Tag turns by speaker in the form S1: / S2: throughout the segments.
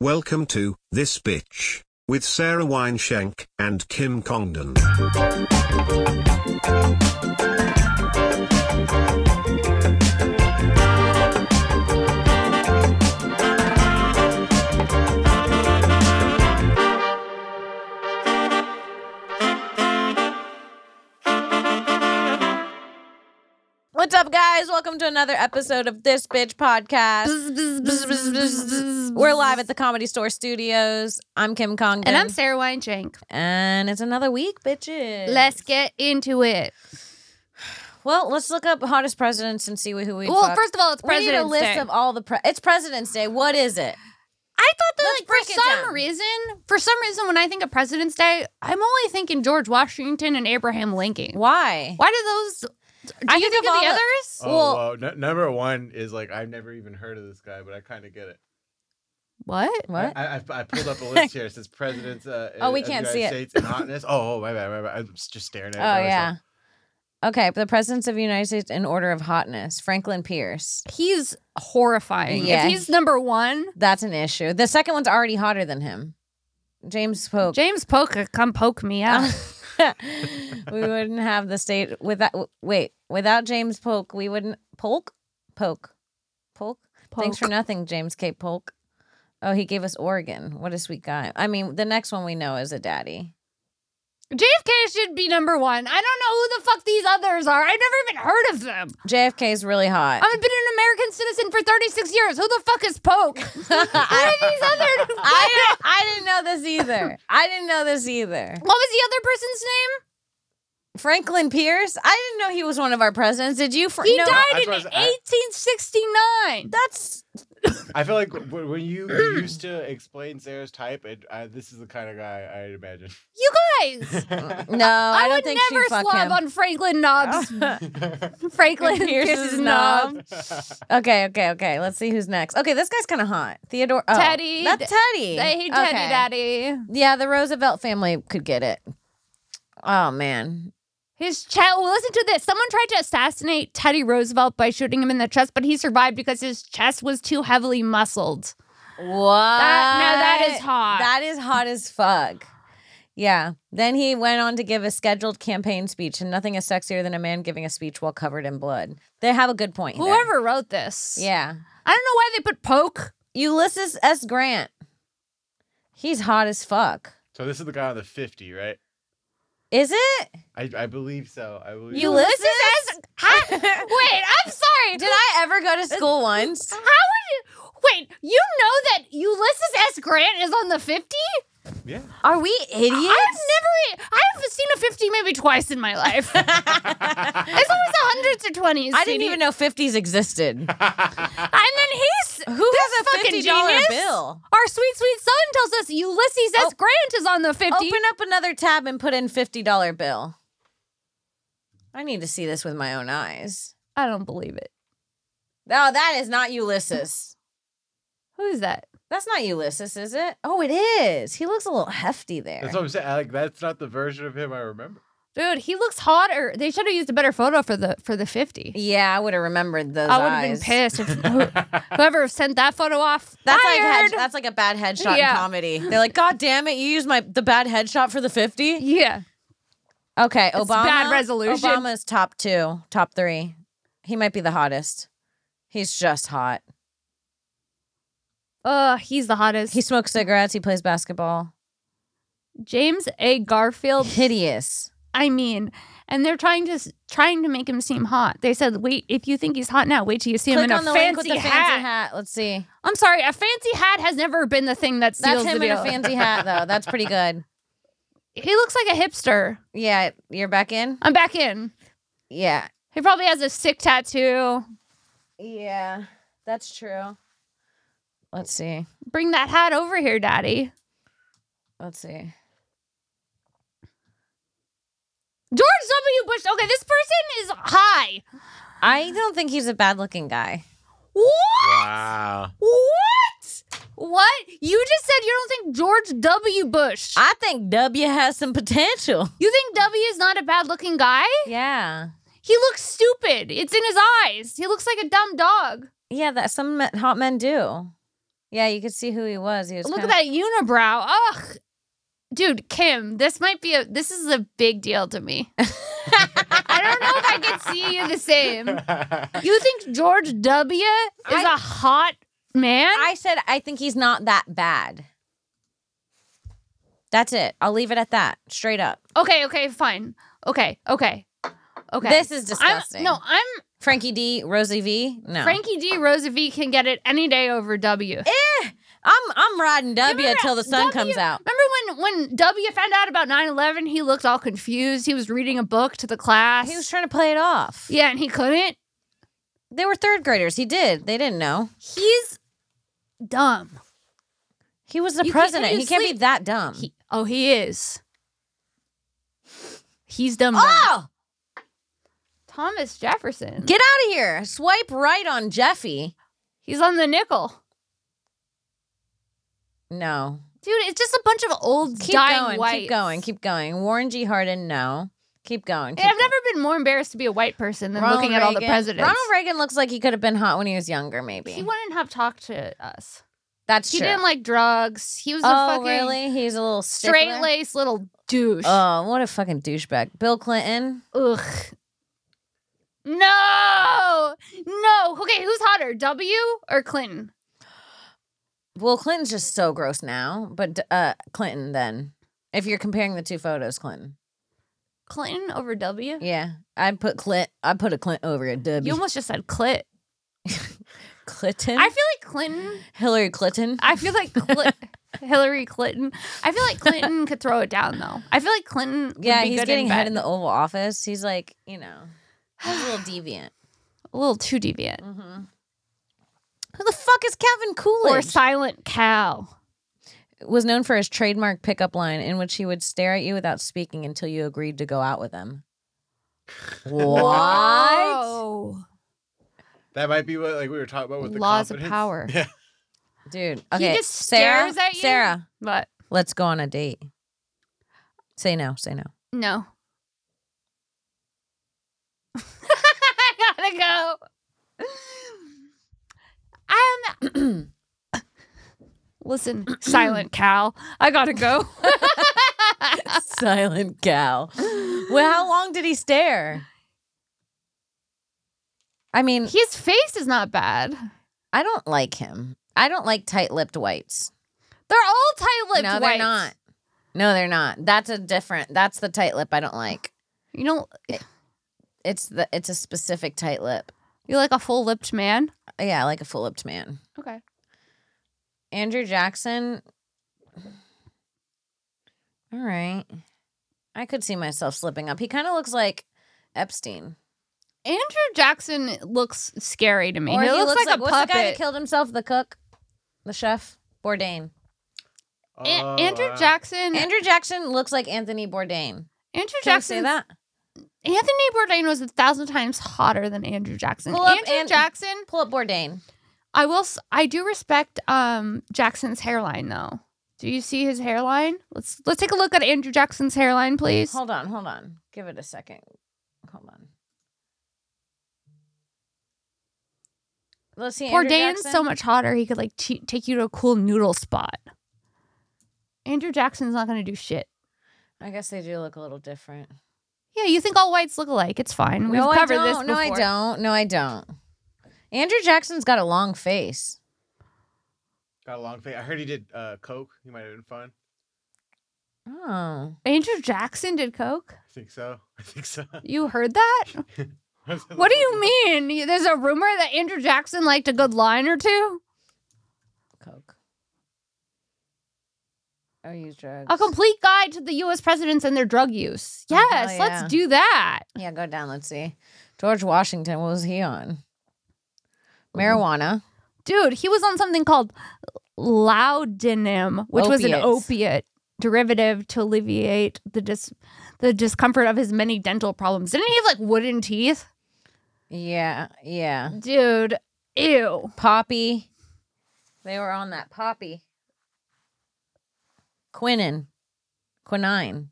S1: Welcome to This Bitch with Sarah Wineshank and Kim Congdon.
S2: What's up, guys? Welcome to another episode of This Bitch Podcast. Bzz, bzz, bzz, bzz. We're live at the Comedy Store Studios. I'm Kim Congdon.
S3: And I'm Sarah Wineshank.
S2: And it's another week, bitches.
S3: Let's get into it.
S2: well, let's look up hottest presidents and see who we.
S3: Well,
S2: fucked.
S3: first of all, it's
S2: we need a
S3: President's
S2: list
S3: Day.
S2: of all the. Pre- it's President's Day. What is it?
S3: I thought that
S2: Let's
S3: like
S2: break
S3: for
S2: it
S3: some
S2: down.
S3: reason, for some reason, when I think of President's Day, I'm only thinking George Washington and Abraham Lincoln.
S2: Why?
S3: Why do those? Do
S2: I
S3: you
S2: think
S3: think
S2: of
S3: of,
S2: all
S3: the
S2: the-
S3: others?
S4: Oh,
S2: Well-
S4: wow. N- number one is like I've never even heard of this guy, but I kind of get it.
S3: What?
S2: What?
S4: I, I, I pulled up a list here. It says presidents. Uh,
S2: Oh, we
S4: of the
S2: can't see
S4: United
S2: it.
S4: States in hotness. Oh, oh, my bad, my bad. I'm s- just staring at. it
S2: oh
S4: by
S2: yeah.
S4: myself.
S2: Okay, but the presidents of the United States in order of hotness: Franklin Pierce.
S3: He's horrifying.
S2: Yeah.
S3: If he's number one,
S2: That's an issue. The second one's already hotter than him. James Polk.
S3: James Polka, come poke me out.
S2: we wouldn't have the state without w- wait without James Polk. We wouldn't Polk Polk Polk. Thanks for
S3: Polk.
S2: nothing, James K. Polk. Oh, he gave us Oregon. What a sweet guy. I mean, the next one we know is a daddy.
S3: JFK should be number one. I don't know who the fuck these others are. I've never even heard of them.
S2: JFK is really hot.
S3: I've been an American citizen for 36 years. Who the fuck is Poke? Who are these other?
S2: I, I didn't know this either. I didn't know this either.
S3: What was the other person's name?
S2: Franklin Pierce. I didn't know he was one of our presidents. Did you? Fr-
S3: He
S2: no,
S3: died
S4: that's
S3: in
S4: what I was- I-
S3: 1869.
S2: That's
S4: I feel like w- when you used to explain Sarah's type, it, I, this is the kind of guy I'd imagine.
S3: You guys,
S2: no. I,
S3: I,
S2: don't
S3: would
S2: think
S3: never
S2: she fuck
S3: slob
S2: him.
S3: on Franklin Knobs. Franklin Pierce's
S2: Pierce's
S3: knob.
S2: knob. Okay, okay, okay. Let's see who's next. Okay, this guy's kind of hot. Theodore. Oh,
S3: Teddy.
S2: That's Teddy.
S3: They hate
S2: Okay.
S3: Teddy Daddy.
S2: Yeah, the Roosevelt family could get it. Oh, man.
S3: His chest. Well, listen to this. Someone tried to assassinate Teddy Roosevelt by shooting him in the chest, but he survived because his chest was too heavily muscled.
S2: What?
S3: That, now that is hot.
S2: That is hot as fuck. Yeah. Then he went on to give a scheduled campaign speech, and nothing is sexier than a man giving a speech while covered in blood. They have a good point. there.
S3: Whoever wrote this,
S2: Yeah.
S3: I don't know why they put Poke.
S2: Ulysses S. Grant. He's hot as fuck.
S4: so this is the guy on the fifty, right?
S2: Is it?
S4: I, I believe so. I believe.
S2: Ulysses?
S3: Huh? Wait, I'm sorry.
S2: Did I ever go to school once?
S3: How would you? Wait, you know that Ulysses S. Grant is on the 50?
S4: Yeah.
S2: Are we idiots?
S3: I've never, e, I've seen a 50 maybe twice in my life. it's always the hundreds or 20s.
S2: I didn't
S3: sweetie.
S2: even know 50s existed.
S3: And then he's.
S2: Who
S3: this
S2: has a
S3: fucking
S2: fifty dollar
S3: genius?
S2: bill?
S3: Our sweet, sweet son tells us Ulysses S.
S2: Oh.
S3: Grant is on the 50.
S2: Open up another tab and put in fifty dollar bill. I need to see this with my own eyes.
S3: I don't believe it.
S2: No, that is not Ulysses.
S3: Who's that?
S2: That's not Ulysses, is it? Oh, it is. He looks a little hefty there.
S4: That's what I'm saying. I, Like that's not the version of him I remember.
S3: Dude, he looks hotter. They should have used a better photo for the for the 50.
S2: yeah, I would have remembered those.
S3: I would have been
S2: eyes.
S3: pissed if who- whoever sent that photo off.
S2: That's like head,
S3: fired.
S2: that's like a bad headshot
S3: Yeah.
S2: in comedy. They're like, God damn it, you used my the bad headshot for the fifty.
S3: yeah.
S2: Okay, Obama.
S3: bad resolution.
S2: Obama's top two, top three. He might be the hottest. He's just hot.
S3: Uh, he's the hottest.
S2: He smokes cigarettes. He plays basketball.
S3: James A. Garfield.
S2: Hideous.
S3: I mean, and they're trying to s- trying to make him seem hot. They said, "Wait, if you think he's hot now, wait till you see him in
S2: Click
S3: a
S2: on the
S3: fancy,
S2: link with the fancy
S3: hat.
S2: hat. Let's see.
S3: I'm sorry, a fancy hat has never been the thing that
S2: That's
S3: seals
S2: him
S3: the
S2: in
S3: deal.
S2: a fancy hat, though. That's pretty good.
S3: he looks like a hipster.
S2: Yeah, you're back in.
S3: I'm back in.
S2: Yeah,
S3: He probably has a sick tattoo.
S2: yeah, that's true. Let's see.
S3: Bring that hat over here, Daddy.
S2: Let's see.
S3: George W. Bush. Okay, this person is high.
S2: I don't think he's a bad-looking guy.
S3: What?
S4: Wow.
S3: What? What? You just said you don't think George W. Bush.
S2: I think W has some potential.
S3: you think W is not a bad looking guy?
S2: Yeah,
S3: He looks stupid. It's in his eyes. He looks like a dumb dog.
S2: yeah. That some men, hot men do. Yeah, you could see who he was. He was
S3: Look at
S2: kinda-
S3: that unibrow. Ugh. Dude, Kim, this might be a this is a big deal to me. I don't know if I can see you the same. You think George W is a
S2: I-
S3: hot man?
S2: I said I think he's not that bad. That's it. I'll leave it at that. Straight up.
S3: okay, okay, fine. Okay, okay. Okay.
S2: This is
S3: I'm-
S2: disgusting.
S3: no, I'm
S2: Frankie D, Rosie V. No.
S3: Frankie D. Rosa V can get it any day over W.
S2: I'm I'm riding W till the sun
S3: W-
S2: comes out.
S3: Remember when when W found out about 9/11, he looked all confused. He was reading a book to the class.
S2: He was trying to play it off.
S3: yeah, and he couldn't.
S2: They were third graders. He did. They didn't know.
S3: He's dumb.
S2: He was the
S3: You can't-
S2: president.
S3: you
S2: he can't be
S3: sleep-
S2: that dumb.
S3: He, oh, he is. He's dumb. dumb.
S2: oh,
S3: Thomas Jefferson.
S2: get out of here! Swipe right on Jeffy.
S3: He's on the nickel.
S2: No.
S3: Dude, it's just a bunch of old
S2: Keep
S3: dying
S2: going.
S3: whites.
S2: Keep going. Keep going. Warren G. Hardin. No. Keep going.
S3: Hey,
S2: keep
S3: I've never been more embarrassed to be a white person than
S2: Ronald
S3: looking at all the
S2: Reagan.
S3: presidents.
S2: Ronald Reagan looks like he could have been hot when he was younger, maybe.
S3: He wouldn't have talked to us.
S2: That's
S3: He
S2: true.
S3: didn't like drugs. He was
S2: oh,
S3: a fucking
S2: really? He's a little stickler?
S3: straight laced little douche.
S2: Oh, what a fucking douchebag. Bill Clinton.
S3: Ugh. No, no. Okay, who's hotter, W or Clinton?
S2: Well, Clinton's just so gross now, but uh, Clinton then. If you're comparing the two photos, Clinton.
S3: Clinton over W.
S2: Yeah, I put Clint. I put a Clint over a W.
S3: You almost just said clit.
S2: Clinton.
S3: I feel like Clinton.
S2: Hillary Clinton.
S3: I feel like Cli- Hillary Clinton. I feel like Clinton could throw it down though. I feel like Clinton. would
S2: yeah,
S3: be
S2: he's
S3: good
S2: getting
S3: in
S2: head
S3: bed.
S2: in the Oval Office. He's like, you know, he's a little deviant.
S3: a little too deviant
S2: hmm Who the fuck is Kevin Coolidge?
S3: or silent cow.
S2: was known for his trademark pickup line in which he would stare at you without speaking until you agreed to go out with him. What?
S3: Whoa.
S4: that might be what like we were talking about with the
S3: Laws of
S4: confidence.
S3: power.
S4: Yeah.
S2: Dude, okay.
S3: just
S2: Sarah,
S3: stares at you?
S2: Sarah,
S3: But
S2: let's go on a date. Say no, say no.
S3: no. I gotta go. I'm Um, Listen, silent Cal, I gotta go.
S2: Silent gal. Well, how long did he stare? I mean,
S3: His face is not bad.
S2: I don't like him. I don't like tight-lipped whites.
S3: They're all tight-lipped.
S2: no,
S3: whites.
S2: they're not. No, they're not. That's a different. That's the tight lip I don't like.
S3: You know,
S2: It's the it's a specific tight lip.
S3: you're like a full-lipped man.
S2: Yeah, I like a full-lipped man.
S3: Okay.
S2: Andrew Jackson. All right. I could see myself slipping up. He kind of looks like Epstein.
S3: Andrew Jackson looks scary to me.
S2: Or
S3: he, looks, like, a
S2: what's
S3: puppet.
S2: the guy that killed himself? The cook, the chef, Bourdain.
S4: Oh,
S3: An- Andrew
S4: wow.
S3: Jackson.
S2: Andrew Jackson looks like Anthony Bourdain.
S3: Andrew
S2: Can we say
S3: Jackson.
S2: that?
S3: Anthony Bourdain was a thousand times hotter than Andrew Jackson.
S2: Pull up
S3: Andrew
S2: An-
S3: Jackson.
S2: Pull up Bourdain.
S3: I will. s- I do respect um Jackson's hairline though. Do you see his hairline? Let's let's take a look at Andrew Jackson's hairline, please.
S2: Hold on, hold on. Give it a second. Hold on. Let's see. Andrew
S3: Bourdain's
S2: Jackson.
S3: so much hotter. He could like t- take you to a cool noodle spot. Andrew Jackson's not gonna do shit.
S2: I guess they do look a little different.
S3: Yeah, you think all whites look alike? It's fine. We've covered
S2: I
S3: this
S2: don't.
S3: before.
S2: No, I don't. No, I don't. Andrew Jackson's got a long face.
S4: Got a long face. I heard he did uh, coke. He might have been fun.
S2: Oh.
S3: Andrew Jackson did coke.
S4: I think so. I think so.
S3: You heard that? What do you mean? You- There's a rumor that Andrew Jackson liked a good line or two.
S2: Coke. Or use drugs.
S3: A complete guide to the U.S. presidents and their drug use.
S2: Oh, hell
S3: Yes,
S2: yeah.
S3: let's do that.
S2: yeah, go down. Let's see. George Washington, what was he on? Marijuana.
S3: Dude, he was on something called laudanum, which was an
S2: Opiates.
S3: opiate derivative to alleviate the dis- the discomfort of his many dental problems. Didn't he have like wooden teeth?
S2: Yeah, yeah.
S3: Dude, ew.
S2: Poppy. They were on that poppy. Quinin. Quinine.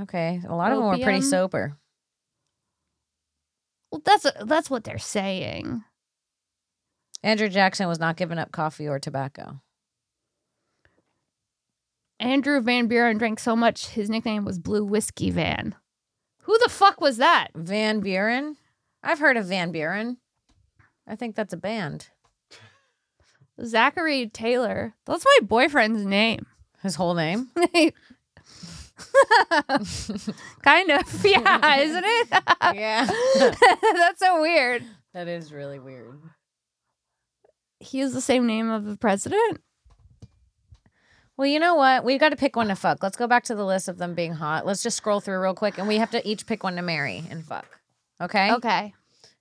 S2: Okay. A lot of them were pretty
S3: Opium.
S2: sober.
S3: Well, that's that's what they're saying.
S2: Andrew Jackson was not giving up coffee or tobacco.
S3: Andrew Van Buren drank so much, his nickname was Blue Whiskey Van. Who the fuck was that?
S2: Van Buren? I've heard of Van Buren. I think that's a band.
S3: Zachary Taylor. That's my boyfriend's name.
S2: His whole name?
S3: kind of. Yeah, isn't it?
S2: yeah.
S3: That's so weird.
S2: that is really weird.
S3: He is the same name of the president.
S2: Well, you know what? We've got to pick one to fuck. Let's go back to the list of them being hot. Let's just scroll through real quick and we have to each pick one to marry and fuck. Okay?
S3: Okay.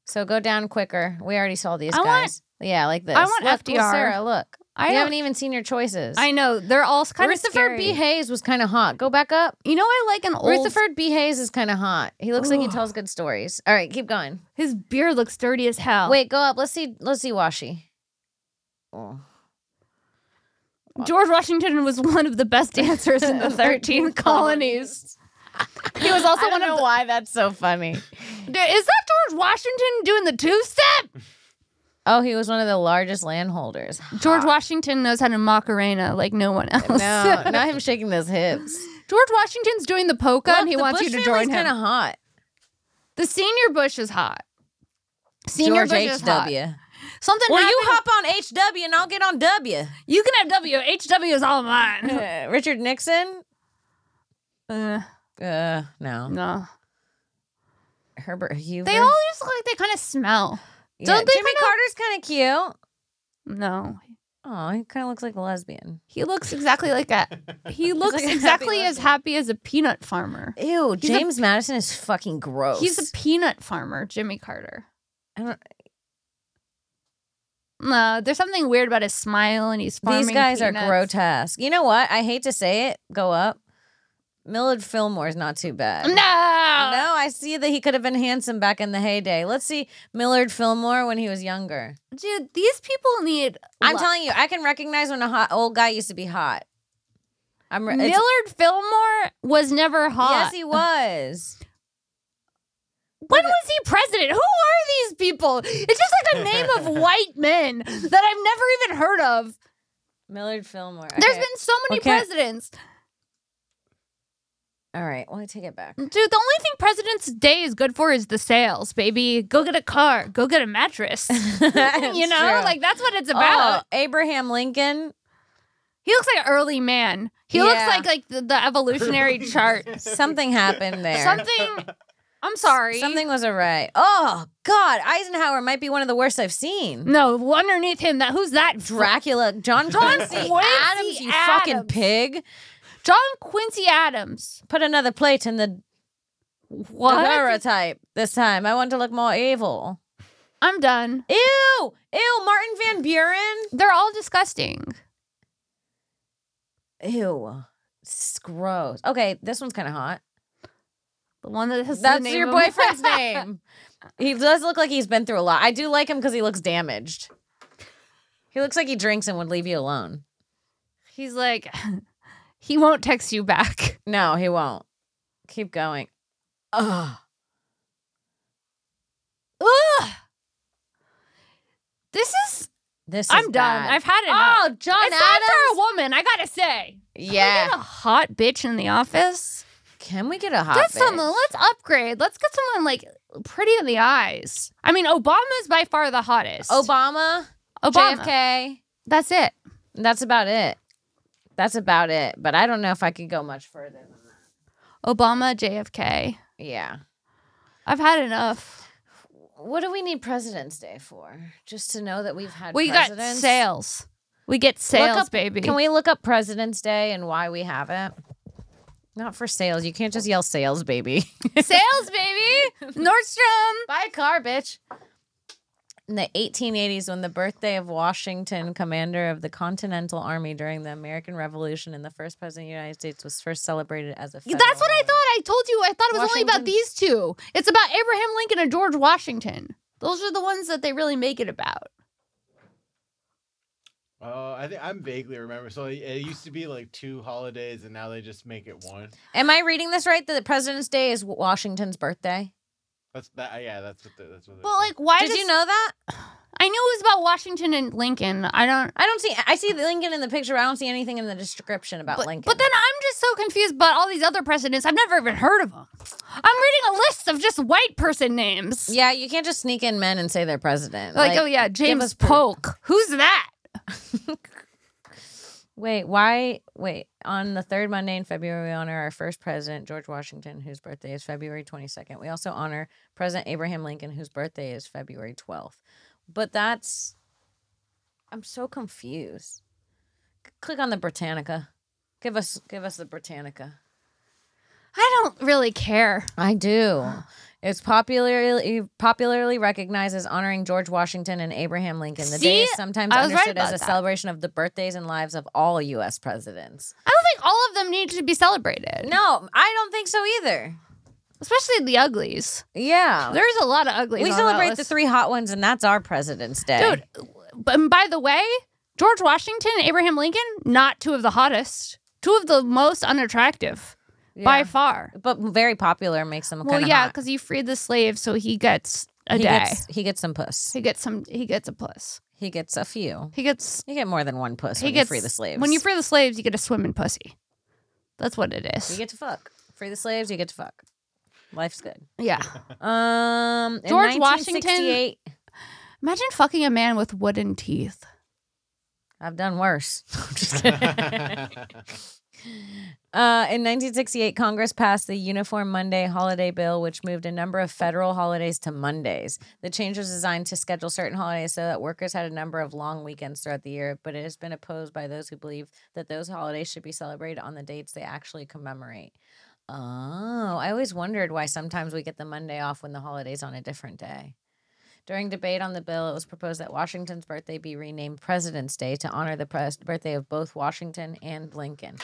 S2: So go down quicker. We already saw these
S3: I want-
S2: guys. yeah, like this.
S3: I want
S2: look, well,
S3: FDR.
S2: Sarah, look.
S3: I
S2: you
S3: don't-
S2: haven't even seen your choices.
S3: I know they're all kind of
S2: Rutherford
S3: scary.
S2: B. Hayes was kind of hot. Go back up.
S3: you know, I like an old.
S2: Rutherford B. Hayes is kind of hot. He looks like he
S3: Ugh.
S2: tells good stories. All right, keep going.
S3: His beard looks dirty as hell.
S2: Wait, go up. Let's see. Let's see Washi. Oh.
S3: George Washington was one of the best dancers in the thirteen colonies. He was also
S2: I don't
S3: one
S2: know
S3: of.
S2: why that's so funny.
S3: The, is that George Washington doing the two step?
S2: Oh, he was one of the largest landholders.
S3: George Washington knows how to macarena like no one else.
S2: No, not him shaking those hips.
S3: George Washington's doing the polka, and he
S2: Look, the
S3: wants
S2: Bush
S3: you to join him.
S2: Kind of hot.
S3: The senior Bush is hot. Senior
S2: George
S3: Bush is hot.
S2: H.W.
S3: Something
S2: Well, you
S3: happened-
S2: hop on H.W. and I'll get on W.
S3: You can have W. HW is all mine.
S2: Uh, Richard Nixon.
S3: Uh,
S2: Uh, no.
S3: no.
S2: Herbert Hoover.
S3: They all just look like they kind of smell.
S2: Yeah,
S3: don't they
S2: Jimmy
S3: kinda-
S2: Carter's kind of cute.
S3: No.
S2: Oh, he kind of looks like a lesbian.
S3: He looks exactly like a he looks
S2: like a happy
S3: exactly as
S2: lesbian.
S3: happy as a peanut farmer.
S2: Ew,
S3: He's a-
S2: James Madison is fucking gross.
S3: He's a peanut farmer, Jimmy Carter.
S2: I don't-
S3: No, there's something weird about his smile and he's farming
S2: These guys
S3: peanuts.
S2: are grotesque. You know what? I hate to say it. Go up. Millard Fillmore's not too bad.
S3: No.
S2: No, I see that he could have been handsome back in the heyday. Let's see Millard Fillmore when he was younger.
S3: Dude, these people need
S2: I'm
S3: lo-
S2: telling you, I can recognize when a hot old guy used to be hot. I'm re- it's-
S3: Millard Fillmore was never hot.
S2: Yes, he was.
S3: When was he president? Who are these people? It's just like a name of white men that I've never even heard of.
S2: Millard Fillmore.
S3: There's
S2: Okay.
S3: been so many
S2: Okay.
S3: presidents.
S2: All right. Well, I take it back.
S3: Dude, the only thing President's Day is good for is the sales, baby. Go get a car, go get a mattress. you
S2: It's
S3: know,
S2: true.
S3: like that's what it's about.
S2: Oh, Abraham Lincoln.
S3: He looks like an early man. He looks
S2: Yeah.
S3: like like the, the evolutionary chart.
S2: Something happened there.
S3: Something I'm sorry.
S2: Something was awry. Oh God, Eisenhower might be one of the worst I've seen.
S3: No, underneath him that who's that dra-
S2: Dracula, John Quincy,
S3: Quincy
S2: Adams, you fucking
S3: Adams.
S2: pig.
S3: John Quincy Adams.
S2: Put another plate in the
S3: What?
S2: Devera type this time. I want to look more evil.
S3: I'm done.
S2: Ew, ew, Martin Van Buren.
S3: They're all disgusting.
S2: Ew, it's gross. Okay, this one's kind of hot.
S3: The one that has the
S2: That's
S3: name
S2: your
S3: of-
S2: boyfriend's name. He does look like he's been through a lot. I do like him because he looks damaged. He looks like he drinks and would leave you alone.
S3: He's like, he won't text you back.
S2: No, he won't. Keep going. Ugh.
S3: Ugh. This is. Ah,
S2: This is
S3: I'm done.
S2: bad.
S3: I've had it.
S2: oh, John
S3: it's not
S2: Adams.
S3: for a woman. I gotta say.
S2: yeah.
S3: Get a hot bitch in the office.
S2: Can we get a hot?
S3: That's
S2: bitch?
S3: someone. Let's upgrade. Let's get someone like pretty in the eyes. I mean, Obama's by far the hottest.
S2: Obama,
S3: Obama.
S2: JFK.
S3: That's it.
S2: That's about it. That's about it. But I don't know if I could go much further than that.
S3: Obama, JFK.
S2: Yeah.
S3: I've had enough.
S2: What do we need President's Day for? Just to know that we've had
S3: We got
S2: presidents?
S3: sales. We get sales,
S2: up-
S3: baby.
S2: Can we look up President's Day and why we have it? Not for sales. You can't just yell sales, baby.
S3: sales, baby? Nordstrom.
S2: Buy a car, bitch. In the 1880s, when the birthday of Washington, commander of the Continental Army during the American Revolution and the first president of the United States, was first celebrated as a. federal
S3: That's what I
S2: holiday.
S3: thought. I told you. I thought it was only
S2: Washington.
S3: about these two. It's about Abraham Lincoln and George Washington. Those are the ones that they really make it about.
S4: Oh, I think I'm vaguely remember. So it it used to be like two holidays, and now they just make it one.
S2: Am I reading this right? That President's Day is Washington's birthday.
S4: That's that. uh, Yeah, that's what. The, that's what. they
S3: But
S4: say.
S3: like, why
S2: Did
S3: does-
S2: you know that?
S3: I I knew it was about Washington and Lincoln. I don't.
S2: I don't see. I see the Lincoln in the picture. but I don't see anything in the description about
S3: But,
S2: Lincoln.
S3: but then I'm just so confused about all these other presidents. I've never even heard of them. I'm reading a list of just white person names.
S2: yeah, you can't just sneak in men and say they're president.
S3: Like, oh yeah,
S2: give us
S3: James
S2: proof.
S3: Polk. Who's that?
S2: Wait, why? Wait, on the third Monday in February, we honor our first president, George Washington, whose birthday is February 22nd. We also honor President Abraham Lincoln, whose birthday is February 12th. But that's. I'm so confused. C- Click on the Britannica. Give us give us the Britannica.
S3: I don't really care.
S2: I do. It's popularly popularly recognized as honoring George Washington and Abraham Lincoln. The day
S3: See?
S2: is sometimes
S3: I was right
S2: understood as
S3: about
S2: a
S3: that.
S2: celebration of the birthdays and lives of all U.S. presidents.
S3: I don't think all of them need to be celebrated.
S2: No, I don't think so either.
S3: especially the uglies.
S2: Yeah.
S3: There's a lot of uglies.
S2: we
S3: on that
S2: celebrate the
S3: list.
S2: three hot ones, and that's our President's Day.
S3: Dude, b- and by the way, George Washington and Abraham Lincoln, not two of the hottest, two of the most unattractive by
S2: Yeah.
S3: far.
S2: But very popular makes them
S3: Well,
S2: kind of
S3: yeah, because he freed the slave, so he gets a
S2: he
S3: day.
S2: gets he gets some puss.
S3: he gets some. He gets a plus.
S2: He gets a few.
S3: He gets.
S2: You get more than one puss
S3: He
S2: when
S3: gets
S2: you free the slaves.
S3: When you free the slaves, you get a swimming pussy. That's what it
S2: you
S3: is.
S2: get to fuck. Free the slaves, you get to fuck. Life's good.
S3: yeah.
S2: Um, in
S3: George Washington-
S2: 1968
S3: Imagine fucking a man with wooden teeth.
S2: I've done worse. I'm just kidding. Uh, in 1968, Congress passed the Uniform Monday Holiday Bill, which moved a number of federal holidays to Mondays. The change was designed to schedule certain holidays so that workers had a number of long weekends throughout the year, but it has been opposed by those who believe that those holidays should be celebrated on the dates they actually commemorate. Oh, I always wondered why sometimes we get the Monday off when the holiday's on a different day. During debate on the bill, it was proposed that Washington's birthday be renamed President's Day to honor the pres- birthday of both Washington and Lincoln.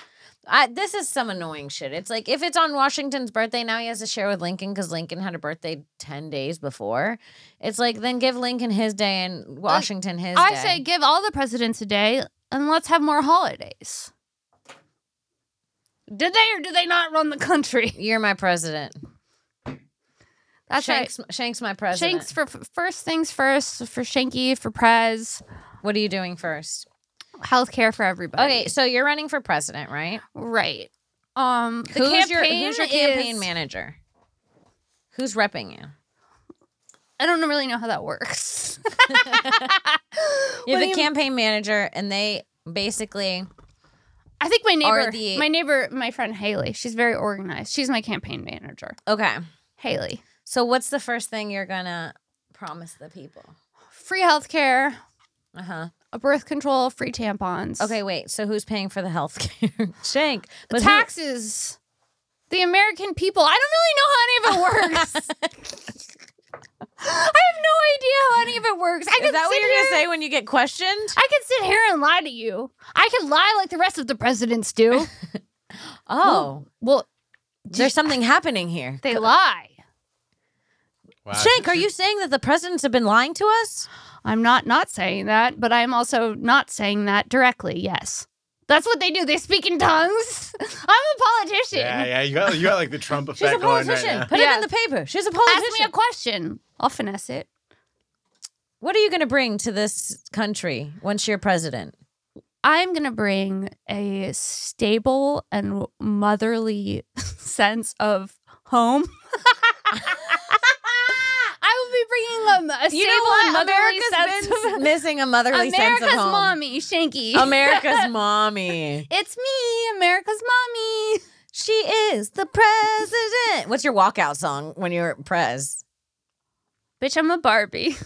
S2: I, this is some annoying shit. It's like if it's on Washington's birthday now, he has to share with Lincoln because Lincoln had a birthday ten days before. It's like then give Lincoln his day and Washington his.
S3: I
S2: day.
S3: say give all the presidents a day and let's have more holidays. Did they or did they not run the country?
S2: you're my president.
S3: That's
S2: Shanks, Shanks, my
S3: right.
S2: president.
S3: Shanks for f- first things first, for Shanky, for Prez,
S2: what are you doing first?
S3: healthcare for everybody.
S2: Okay, so you're running for president, right?
S3: Right. Um, the
S2: who's your
S3: campaign
S2: who's your campaign
S3: is-
S2: manager? Who's repping you?
S3: I don't really know how that works.
S2: You're
S3: What do
S2: the
S3: you-
S2: campaign manager, and they basically
S3: I think my
S2: Are
S3: neighbor,
S2: the-
S3: my neighbor, my friend Haley, she's very organized. She's my campaign manager.
S2: okay.
S3: Haley.
S2: So what's the first thing you're gonna promise the people?
S3: Free healthcare,
S2: Uh huh.
S3: a birth control, free tampons.
S2: Okay, wait. So who's paying for the health care? Shank. But who-
S3: taxes. The American people. I don't really know how any of it works. I have no idea how any of it works. I
S2: is
S3: can
S2: that what
S3: sit
S2: you're
S3: here.
S2: gonna say when you get questioned?
S3: I can sit here and lie to you. I can lie like the rest of the presidents do.
S2: Oh,
S3: well,
S2: there's something happening here.
S3: they lie.
S4: Wow,
S2: Shank, are you saying that the presidents have been lying to us?
S3: I'm not not saying that, but I am also not saying that directly. Yes, that's what they do. They speak in tongues. I'm a politician.
S4: Yeah, yeah, you got you got like the Trump effect
S2: She's a
S4: going right
S2: politician.
S4: now.
S2: Put
S3: Yeah.
S2: it in the paper. She's a
S3: Ask
S2: politician.
S3: me a question. I'll finesse it.
S2: what are you gonna bring to this country once you're president?
S3: I'm going to bring a stable and motherly sense of home. I will be bringing a, a
S2: You
S3: stable
S2: know what?
S3: and motherly
S2: America's
S3: sense
S2: been
S3: of
S2: missing a motherly sense
S3: America's
S2: of home.
S3: mommy, Shanky.
S2: America's mommy.
S3: Um, it's me, America's mommy.
S2: She is the president. What's your walkout song when you're prez?
S3: Bitch, I'm a Barbie.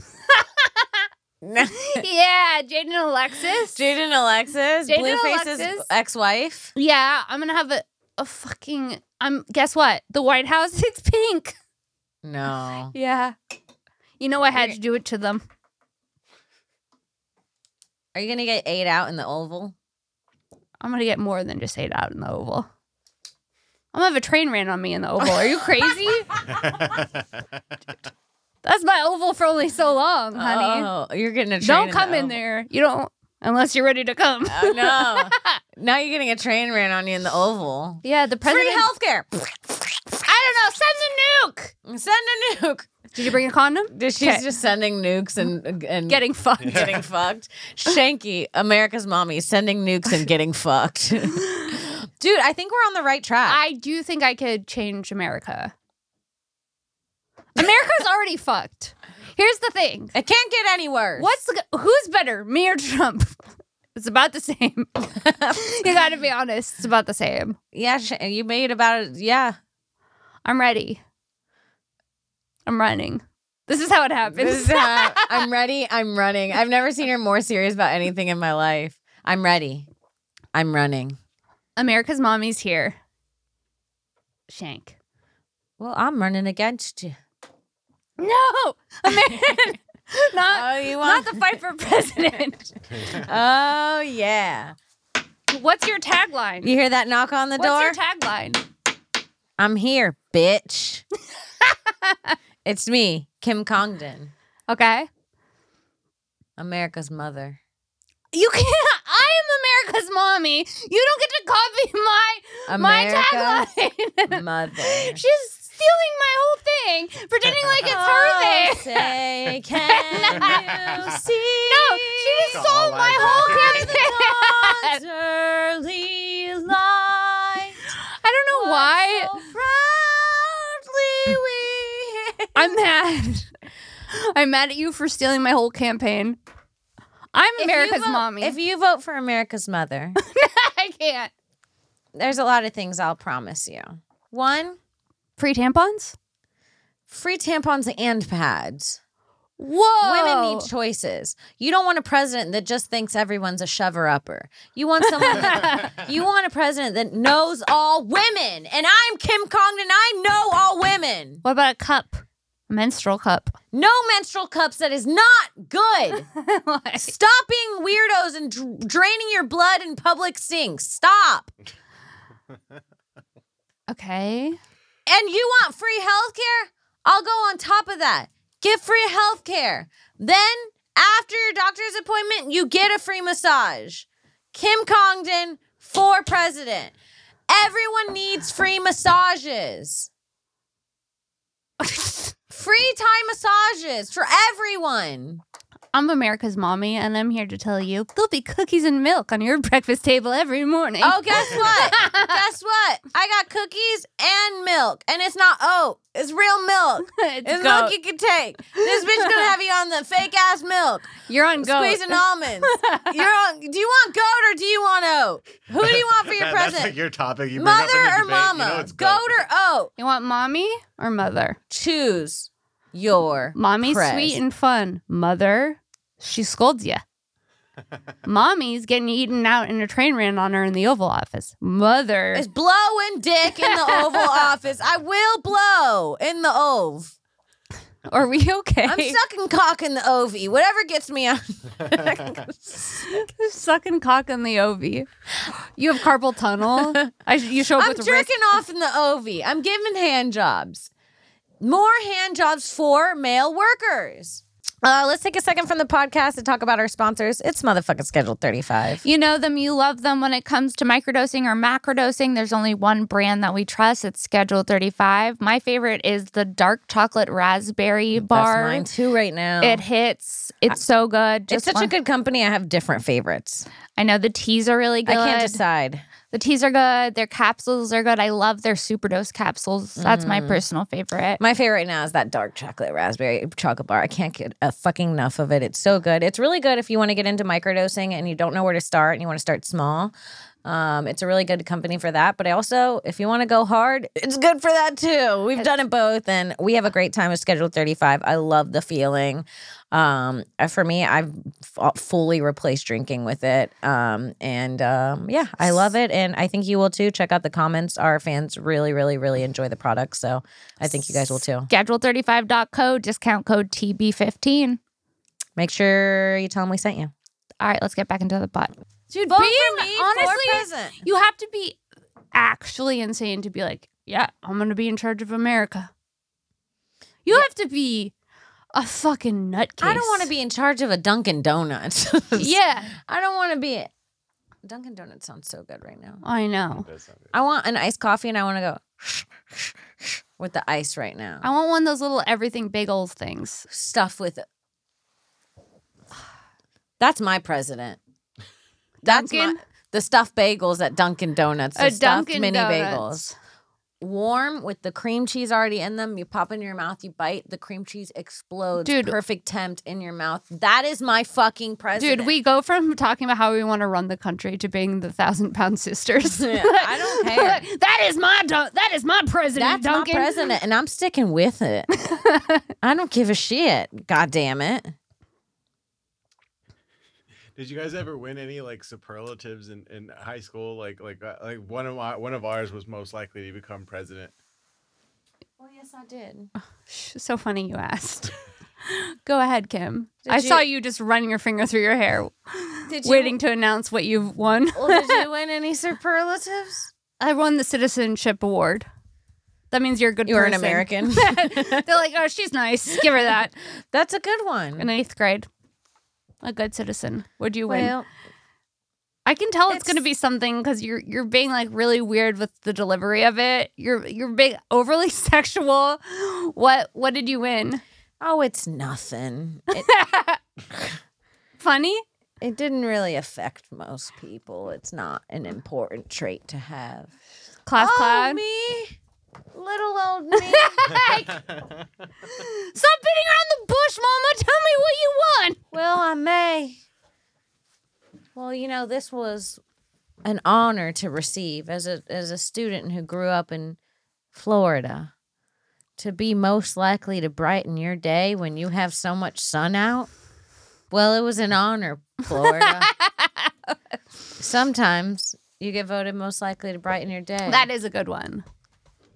S3: yeah, Jaden and Alexis.
S2: Jaden Alexis,
S3: Jaden
S2: Blueface's
S3: Alexis.
S2: ex-wife.
S3: Yeah, I'm going to have a, a fucking. I'm. Guess what? The White House, it's pink.
S2: No.
S3: Yeah. You know, I had to do it to them.
S2: Are you gonna get eight out in the Oval?
S3: I'm gonna get more than just eight out in the oval. I'm gonna have a train ran on me in the oval. Are you crazy? That's my oval for only so long, honey.
S2: Oh, you're getting a train.
S3: don't
S2: the
S3: come in
S2: Oval.
S3: there. You don't unless you're ready to come.
S2: Oh, no. now you're getting a train ran on you in the Oval.
S3: yeah, the
S2: Free
S3: president.
S2: healthcare.
S3: I don't know. Send the nuke.
S2: Send a nuke.
S3: Did you bring a condom?
S2: She's
S3: Okay.
S2: just sending nukes and and
S3: Getting fucked.
S2: getting fucked. Shanky, America's mommy, sending nukes and getting fucked. Dude, I think we're on the right track.
S3: I do think I could change America. America's already fucked. Here's the thing.
S2: it can't get any worse.
S3: What's the, who's better, me or Trump? It's about the same. you got to be honest. It's about the same.
S2: Yeah, Sh- you made about it. Yeah,
S3: I'm ready. I'm running. This is how it happens.
S2: This is how- I'm ready. I'm running. I've never seen her more serious about anything in my life. I'm ready. I'm running.
S3: America's mommy's here. Shank.
S2: Well, I'm running against you.
S3: No, America. not
S2: Oh, you want?
S3: not the fight for president.
S2: oh yeah.
S3: What's your tagline?
S2: You hear that knock on the
S3: What's
S2: door?
S3: your tagline?
S2: I'm here, bitch. it's me, Kim Congdon,
S3: Okay.
S2: America's mother.
S3: You can't. I am America's mommy. You don't get to copy my
S2: America.
S3: my tagline.
S2: Mother.
S3: She's stealing my whole thing, pretending like it's her
S2: Oh,
S3: thing.
S2: say, can you see?
S3: No, she just
S4: Come
S3: stole
S4: on,
S3: my whole
S4: Isaac.
S3: thing.
S2: dawn's early light.
S3: I don't know why.
S2: So proudly we.
S3: I'm mad. I'm mad at you for stealing my whole campaign. I'm
S2: If you
S3: America's
S2: vote-
S3: mommy.
S2: If you vote for America's mother,
S3: I can't.
S2: there's a lot of things I'll promise you. One,
S3: Free tampons?
S2: free tampons and pads.
S3: Whoa.
S2: Women need choices. You don't want a president that just thinks everyone's a shover upper. You want someone that, you want a president that knows all women. And I'm Kim Congdon. I know all women.
S3: What about a cup? A menstrual cup.
S2: No menstrual cups. That is not good. Stop being weirdos and dr- draining your blood in public sinks. Stop.
S3: okay.
S2: And you want free healthcare? I'll go on top of that. Get free healthcare. Then, after your doctor's appointment, you get a free massage. Kim Congdon for president. Everyone needs free massages. free Thai massages for everyone.
S3: I'm America's mommy, and I'm here to tell you there'll be cookies and milk on your breakfast table every morning.
S2: Oh, guess what? guess what? I got cookies and milk, and it's not oat. It's real milk.
S3: It's
S2: It's
S3: goat.
S2: milk you can take. This bitch gonna have you on the fake ass milk,
S3: You're on go.
S2: squeezing almonds. You're on. Do you want goat or do you want oat? Who do you want for your
S4: That- That's like
S2: president?
S4: your topic. You bring up in
S2: Mother
S4: your
S2: or
S4: debate, you
S2: mama?
S4: know it's
S2: goat or oat?
S3: You want mommy or mother?
S2: Choose your
S3: Mommy's
S2: Press.
S3: sweet and fun. Mother, she scolds you. Mommy's getting eaten out and a train ran on her in the Oval Office. Mother.
S2: is blowing dick in the Oval Office. I will blow in the ov.
S3: Are we okay?
S2: I'm sucking cock in the ov. Whatever gets me out.
S3: sucking cock in the OV. You have carpal tunnel. I, you show up
S2: I'm
S3: with
S2: jerking
S3: wrist-
S2: off in the OV. I'm giving hand jobs. More hand jobs for male workers. Uh, let's take a second from the podcast to talk about our sponsors. It's motherfucking Schedule 35.
S3: You know them, you love them. When it comes to microdosing or macrodosing, there's only one brand that we trust. It's Schedule 35. My favorite is the dark chocolate raspberry bar.
S2: That's mine too right now.
S3: It hits. It's so good.
S2: it's
S3: Just
S2: such a
S3: one-
S2: good company. I have different favorites.
S3: I know the teas are really good.
S2: I can't decide.
S3: The teas are good. Their capsules are good. I love their superdose capsules. That's my
S2: Mm.
S3: personal favorite.
S2: My favorite right now is that dark chocolate raspberry chocolate bar. I can't get a fucking enough of it. It's so good. It's really good if you want to get into microdosing and you don't know where to start and you want to start small. Um, it's a really good company for that. But I also, if you want to go hard, it's good for that too. We've done it both, and we have a great time with Schedule Thirty Five. I love the feeling. Um, uh, for me, I've f- uh, fully replaced drinking with it. Um, and um, yeah, I love it, and I think you will too. Check out the comments. Our fans really, really, really enjoy the product, so I think you guys will too.
S3: Schedule35.co, discount code TB15.
S2: Make sure you tell them we sent you.
S3: All right, let's get back into the pot.
S2: Dude,
S3: Vote for me for
S2: present.
S3: You have to be actually insane to be like, yeah, I'm going to be in charge of America. You have to be a fucking nutcase.
S2: I don't want to be in charge of a Dunkin' Donuts.
S3: Yeah,
S2: I don't want to be. Dunkin' Donuts sounds so good right now.
S3: I know.
S4: That's not good.
S2: I want an iced coffee and I want to go. with the ice right now.
S3: I want one of those little everything bagels things.
S2: Stuff with That's my president. That's my-
S3: Dunkin'?
S2: the stuffed bagels at Dunkin' Donuts. The
S3: A
S2: stuffed
S3: Dunkin'
S2: mini
S3: Donuts.
S2: bagels. Warm with the cream cheese already in them. You pop into your mouth, you bite, the cream cheese explodes.
S3: Dude.
S2: Perfect tempt in your mouth. That is my fucking president.
S3: Dude, we go from talking about how we want to run the country to being the thousand pound sisters.
S2: Yeah, I don't care.
S3: that is my dun- that is my president,
S2: That's
S3: Duncan.
S2: my president, and I'm sticking with it. I don't give a shit. God damn it.
S4: Did you guys ever win any like superlatives in, in high school? Like like uh, like one of my one of ours was most likely to become president.
S2: Well, yes, I did.
S3: Shh, So funny you asked. go ahead, Kim.
S2: Did
S3: I
S2: you-
S3: saw you just running your finger through your hair,
S2: Did
S3: waiting to announce what you've won.
S2: Well, did you win any superlatives?
S3: I won the citizenship award. That means you're a good
S2: You're an
S3: person.
S2: American.
S3: They're like, oh, she's nice. Give her that.
S2: That's a good one.
S3: In eighth grade, a good citizen. Would you win?
S2: well,
S3: I can tell it's,
S2: It's-
S3: going to be something because you're you're being like really weird with the delivery of it. You're you're being overly sexual. What what did you win?
S2: oh, it's nothing. It,
S3: Funny?
S2: it didn't really affect most people. It's not an important trait to have.
S3: Class cloud.
S2: me, little old me.
S3: Stop beating around the bush, Mama. Tell me what you want.
S2: well, I may. Well, you know, this was an honor to receive as a as a student who grew up in Florida. To be most likely to brighten your day when you have so much sun out. Well, it was an honor, Florida. Sometimes you get voted most likely to brighten your day.
S3: That is a good one.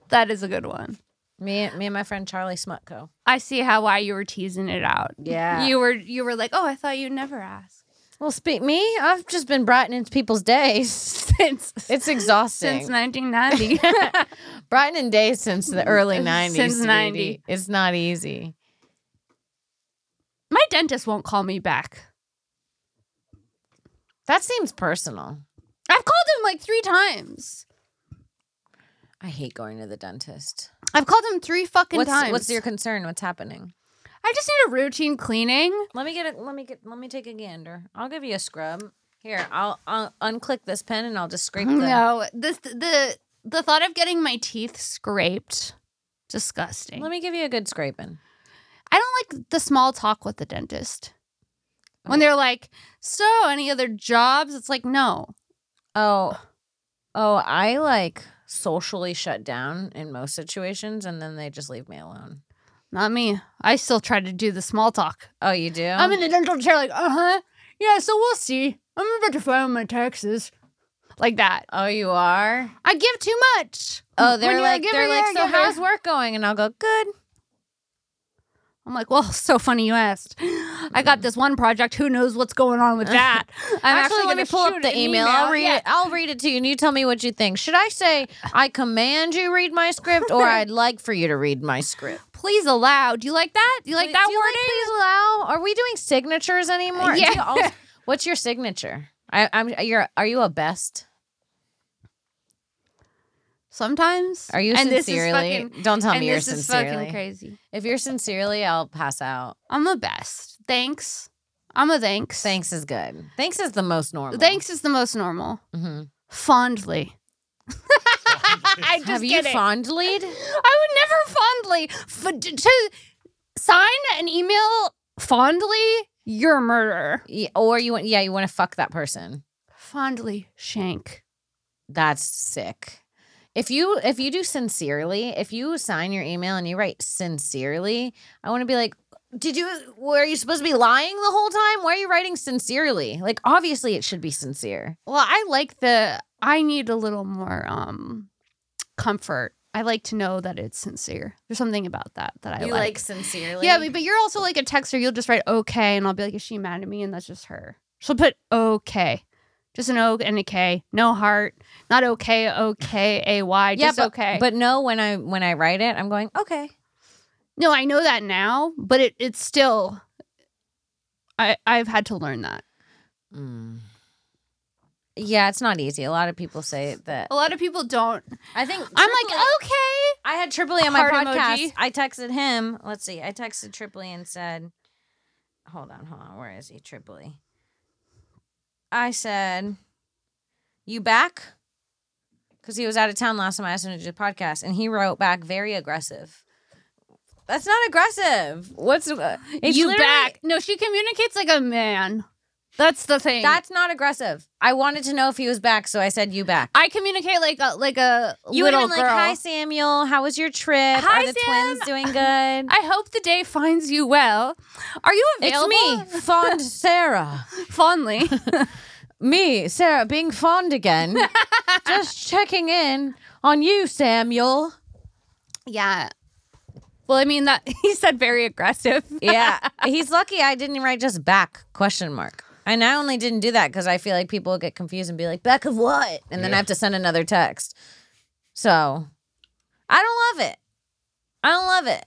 S3: That is a good one.
S2: me, me and my friend Charlie Smutko.
S3: I see how why you were teasing it out.
S2: Yeah.
S3: You were you were like, "Oh, I thought you'd never ask."
S2: Well, speak me. I've just been brightening people's days.
S3: Since
S2: It's exhausting.
S3: since 1990.
S2: Brightening days since the early 90s.
S3: Since
S2: sweetie.
S3: 90.
S2: It's not easy.
S3: My dentist won't call me back.
S2: That seems personal.
S3: I've called him like 3 times.
S2: I hate going to the dentist.
S3: I've called him 3 fucking
S2: What's,
S3: times.
S2: what's your concern? What's happening?
S3: I just need a routine cleaning.
S2: Let me get a let me get let me take a gander. I'll give you a scrub. Here, I'll, I'll unclick this pen and I'll just scrape the
S3: No, this the the thought of getting my teeth scraped, disgusting.
S2: Let me give you a good scraping.
S3: I don't like the small talk with the dentist. When
S2: Oh.
S3: they're like, "So, any other jobs?" It's like, "No."
S2: Oh, oh, I like socially shut down in most situations, and then they just leave me alone.
S3: Not me. I still try to do the small talk.
S2: Oh, you do?
S3: I'm in the dental chair, like, uh huh. Yeah, so we'll see. I'm about to file my taxes. Like that.
S2: oh, you are.
S3: I give too much.
S2: Oh,
S3: When
S2: they're
S3: you're a
S2: like
S3: giver,
S2: they're
S3: you're
S2: like
S3: a
S2: so
S3: giver."
S2: how's work going? And I'll go good.
S3: I'm like, well, so funny you asked. I got this one project. Who knows what's going on with that? I'm
S2: actually, let
S3: gonna
S2: me pull up
S3: shoot
S2: the
S3: an
S2: email. I'll read
S3: Yeah.
S2: it. I'll read it to you, and you tell me what you think. Should I say I command you read my script, or I'd like for you to read my script?
S3: Please allow. Do you like that? Do you like
S2: Wait,
S3: that
S2: do you
S3: wording?
S2: please allow. Are we doing signatures anymore? Do you
S3: Yeah.
S2: also- what's your signature? I, I'm. You're. Are you a best?
S3: Sometimes.
S2: Are you
S3: and this is
S2: sincerely?
S3: fucking-
S2: Don't tell
S3: and
S2: me you're
S3: this is
S2: sincerely.
S3: fucking crazy.
S2: If you're sincerely, I'll pass out.
S3: I'm the best. Thanks. I'm a thanks.
S2: Thanks is good. Thanks is the most normal.
S3: Thanks is the most normal.
S2: Mhm.
S3: Fondly. I just
S2: Have you
S3: kidding.
S2: fondlied?
S3: I would never fondly f- to sign an email fondly. You're a murderer.
S2: Yeah, or you want? Yeah, you want to fuck that person.
S3: Fondly, Shank.
S2: That's sick. If you if you do sincerely, if you sign your email and you write sincerely, I want to be like, did you were you supposed to be lying the whole time? Why are you writing sincerely? Like obviously it should be sincere.
S3: Well, I like the I need a little more um comfort. I like to know that it's sincere. There's something about that that I like.
S2: sincerely.
S3: Yeah, but but you're also like a texter. You'll just write okay, and I'll be like, "Is she mad at me?" And that's just her. She'll put okay, just an O and a K, no heart, not okay, okay, a y,
S2: yeah,
S3: just
S2: but,
S3: okay.
S2: But no, when I when I write it, I'm going okay.
S3: no, I know that now, but it it's still. I I've had to learn that.
S2: Yeah, it's not easy. A lot of people say that.
S3: A lot of people don't.
S2: I think
S3: I'm
S2: Triple
S3: like,
S2: E-
S3: okay.
S2: I had Triple E on my
S3: Heart
S2: podcast.
S3: emoji.
S2: I texted him. Let's see. I texted Triple E and said, "Hold on, hold on. Where is he, Triple E?" I said, "You back?" Because he was out of town last time I asked him to do the podcast, and he wrote back very aggressive. That's not aggressive. What's uh, it's
S3: you
S2: literally-
S3: back. No, she communicates like a man. That's the thing.
S2: That's not aggressive. I wanted to know if he was back, so I said, "You back?"
S3: I communicate like a like a
S2: You would
S3: little
S2: have been
S3: girl.
S2: like, "Hi, Samuel. How was your trip?
S3: Hi,
S2: Are the
S3: Sam.
S2: twins doing good?"
S3: I hope the day finds you well. Are you available?
S2: It's me, fond Sarah.
S3: Fondly.
S2: Me, Sarah, being fond again. Just checking in on you, Samuel.
S3: yeah. Well, I mean that he said very aggressive.
S2: Yeah, he's lucky I didn't write just back question mark. And I only didn't do that because I feel like people get confused and be like, back of what? And then I
S4: Yeah.
S2: have to send another text. So I don't love it. I don't love it.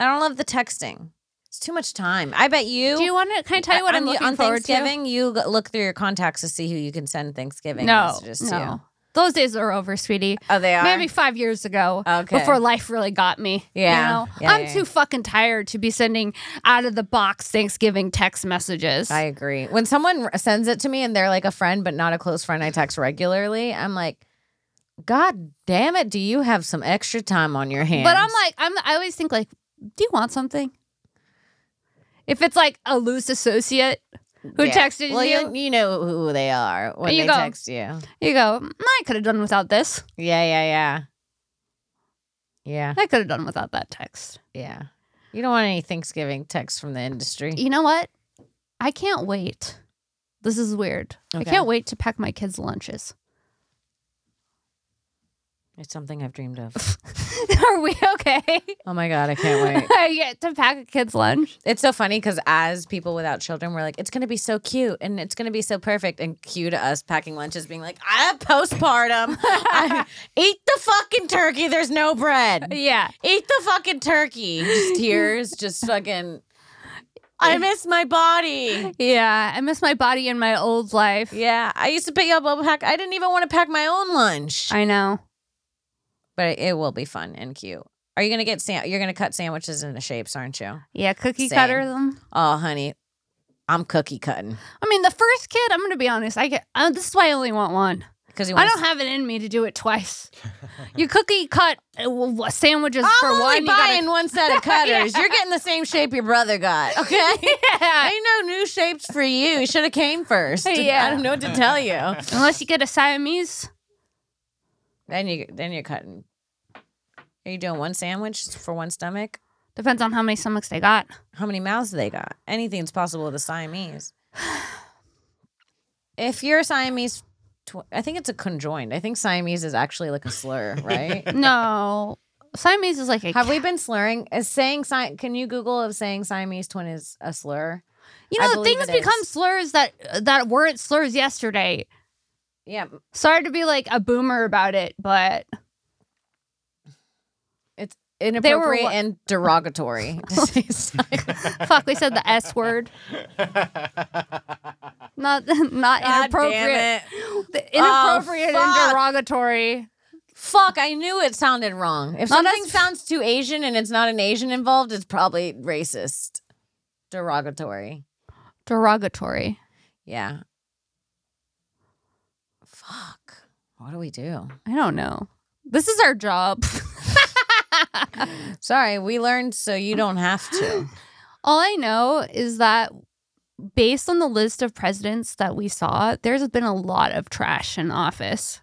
S2: I don't love the texting. It's too much time. I bet you.
S3: Do you want to? Can I tell you what I'm,
S2: on-
S3: looking
S2: on
S3: forward
S2: Thanksgiving, you go- look through your contacts to see who you can send
S3: to?
S2: Thanksgiving
S3: No,
S2: messages to.
S3: no. Those days are over, sweetie.
S2: Oh, they are.
S3: Maybe five years ago,
S2: Okay.
S3: before life really got me.
S2: Yeah.
S3: you know?
S2: Yeah,
S3: I'm
S2: yeah, yeah.
S3: too fucking tired to be sending out of the box Thanksgiving text messages.
S2: I agree. When someone r- sends it to me and they're like a friend but not a close friend I text regularly, I'm like, God damn it, do you have some extra time on your hands?
S3: But I'm like, I'm. I always think like, do you want something? If it's like a loose associate who
S2: Yeah.
S3: texted
S2: Well,
S3: you,
S2: you, you know who they are when
S3: You
S2: they
S3: go.
S2: text you. Yeah,
S3: you go, "Mm, I could have done without this.
S2: yeah, yeah. Yeah,
S3: I could have done without that text.
S2: yeah. You don't want any Thanksgiving texts from the industry.
S3: You know what? I can't wait. This is weird.
S2: Okay.
S3: I can't wait to pack my kids' lunches.
S2: It's something I've dreamed of.
S3: Are we okay?
S2: Oh my God, I can't wait.
S3: I get to pack a kid's lunch.
S2: It's so funny because as people without children, we're like, it's gonna be so cute and it's gonna be so perfect. And cue to us packing lunches, being like, I have postpartum. I- eat the fucking turkey. There's no bread.
S3: Yeah.
S2: Eat the fucking turkey. Just tears. Just fucking. I miss my body.
S3: Yeah. I miss my body and my old life.
S2: Yeah, I used to pick up a pack. I didn't even want to pack my own lunch,
S3: I know.
S2: but it will be fun and cute. Are you gonna get sam? You're gonna cut sandwiches into shapes, aren't you?
S3: Yeah. Cookie
S2: Same.
S3: cutter them.
S2: Oh, honey, I'm cookie cutting
S3: I mean, the first kid, I'm going to be honest. I get, uh, this is why I only want one.
S2: because you.
S3: I
S2: want
S3: don't have it in me to do it twice. you cookie cut uh, w- w- sandwiches for
S2: I'm only
S3: one. you gotta-
S2: buying one set of cutters. You're getting the same shape your brother got. Okay.
S3: yeah.
S2: Ain't no new shapes for you. You should have came first.
S3: Yeah.
S2: I don't know what to tell you.
S3: Unless you get a Siamese.
S2: Then you then you're cutting. Are you doing one sandwich for one stomach?
S3: Depends on how many stomachs they got.
S2: How many mouths they got? Anything's possible with a Siamese. If you're a Siamese, tw- I think it's a conjoined. I think Siamese is actually like a slur, right?
S3: No. Siamese is like a
S2: Have we been slurring? Is saying si- can you Google if saying Siamese twin is a slur?
S3: You
S2: I
S3: know,
S2: believe
S3: things
S2: it is.
S3: become slurs that that weren't slurs yesterday.
S2: Yeah,
S3: Sorry to be like a boomer about it, but
S2: It's
S3: were
S2: inappropriate
S3: wa-
S2: and derogatory. to say Siamese.
S3: fuck, we said the S word. Not not inappropriate. The inappropriate
S2: Oh, fuck.
S3: and derogatory.
S2: Fuck, I knew it sounded wrong. If
S3: Not
S2: something
S3: as-
S2: sounds too Asian and it's not an Asian involved, it's probably racist. Derogatory.
S3: Derogatory.
S2: Yeah. Fuck. What do we do?
S3: I don't know. This is our job.
S2: Sorry, we learned so you don't have to.
S3: All I know is that based on the list of presidents that we saw, there's been a lot of trash in office.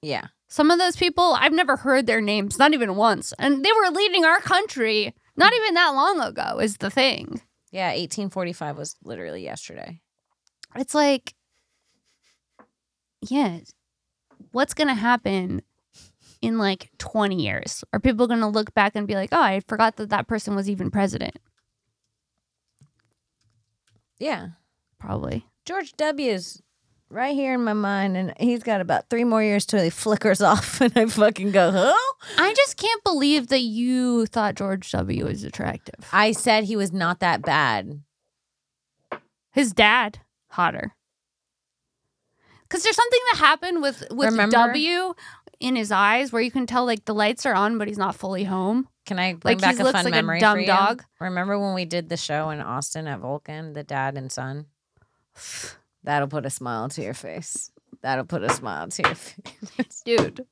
S2: Yeah.
S3: Some of those people, I've never heard their names, not even once. And they were leading our country not even that long ago, is the thing.
S2: Yeah, 1845 was literally yesterday.
S3: It's like, yeah, what's going to happen in like 20 years? Are people going to look back and be like, oh, I forgot that that person was even president?
S2: Yeah.
S3: Probably.
S2: George W.'s right here in my mind, and he's got about three more years till he flickers off, and I fucking go, huh?
S3: I just can't believe that you thought George W. was attractive.
S2: I said he was not that bad.
S3: His dad, hotter. Because there's something that happened with with
S2: Remember-
S3: W in his eyes where you can tell like the lights are on, but he's not fully home.
S2: Can I bring
S3: Like,
S2: back
S3: he
S2: a
S3: looks
S2: fun
S3: like a
S2: memory
S3: dumb
S2: for you?
S3: dog.
S2: Remember when we did the show in Austin at Vulcan, the dad and son? That'll put a smile to your face. That'll put a smile to your face.
S3: Dude,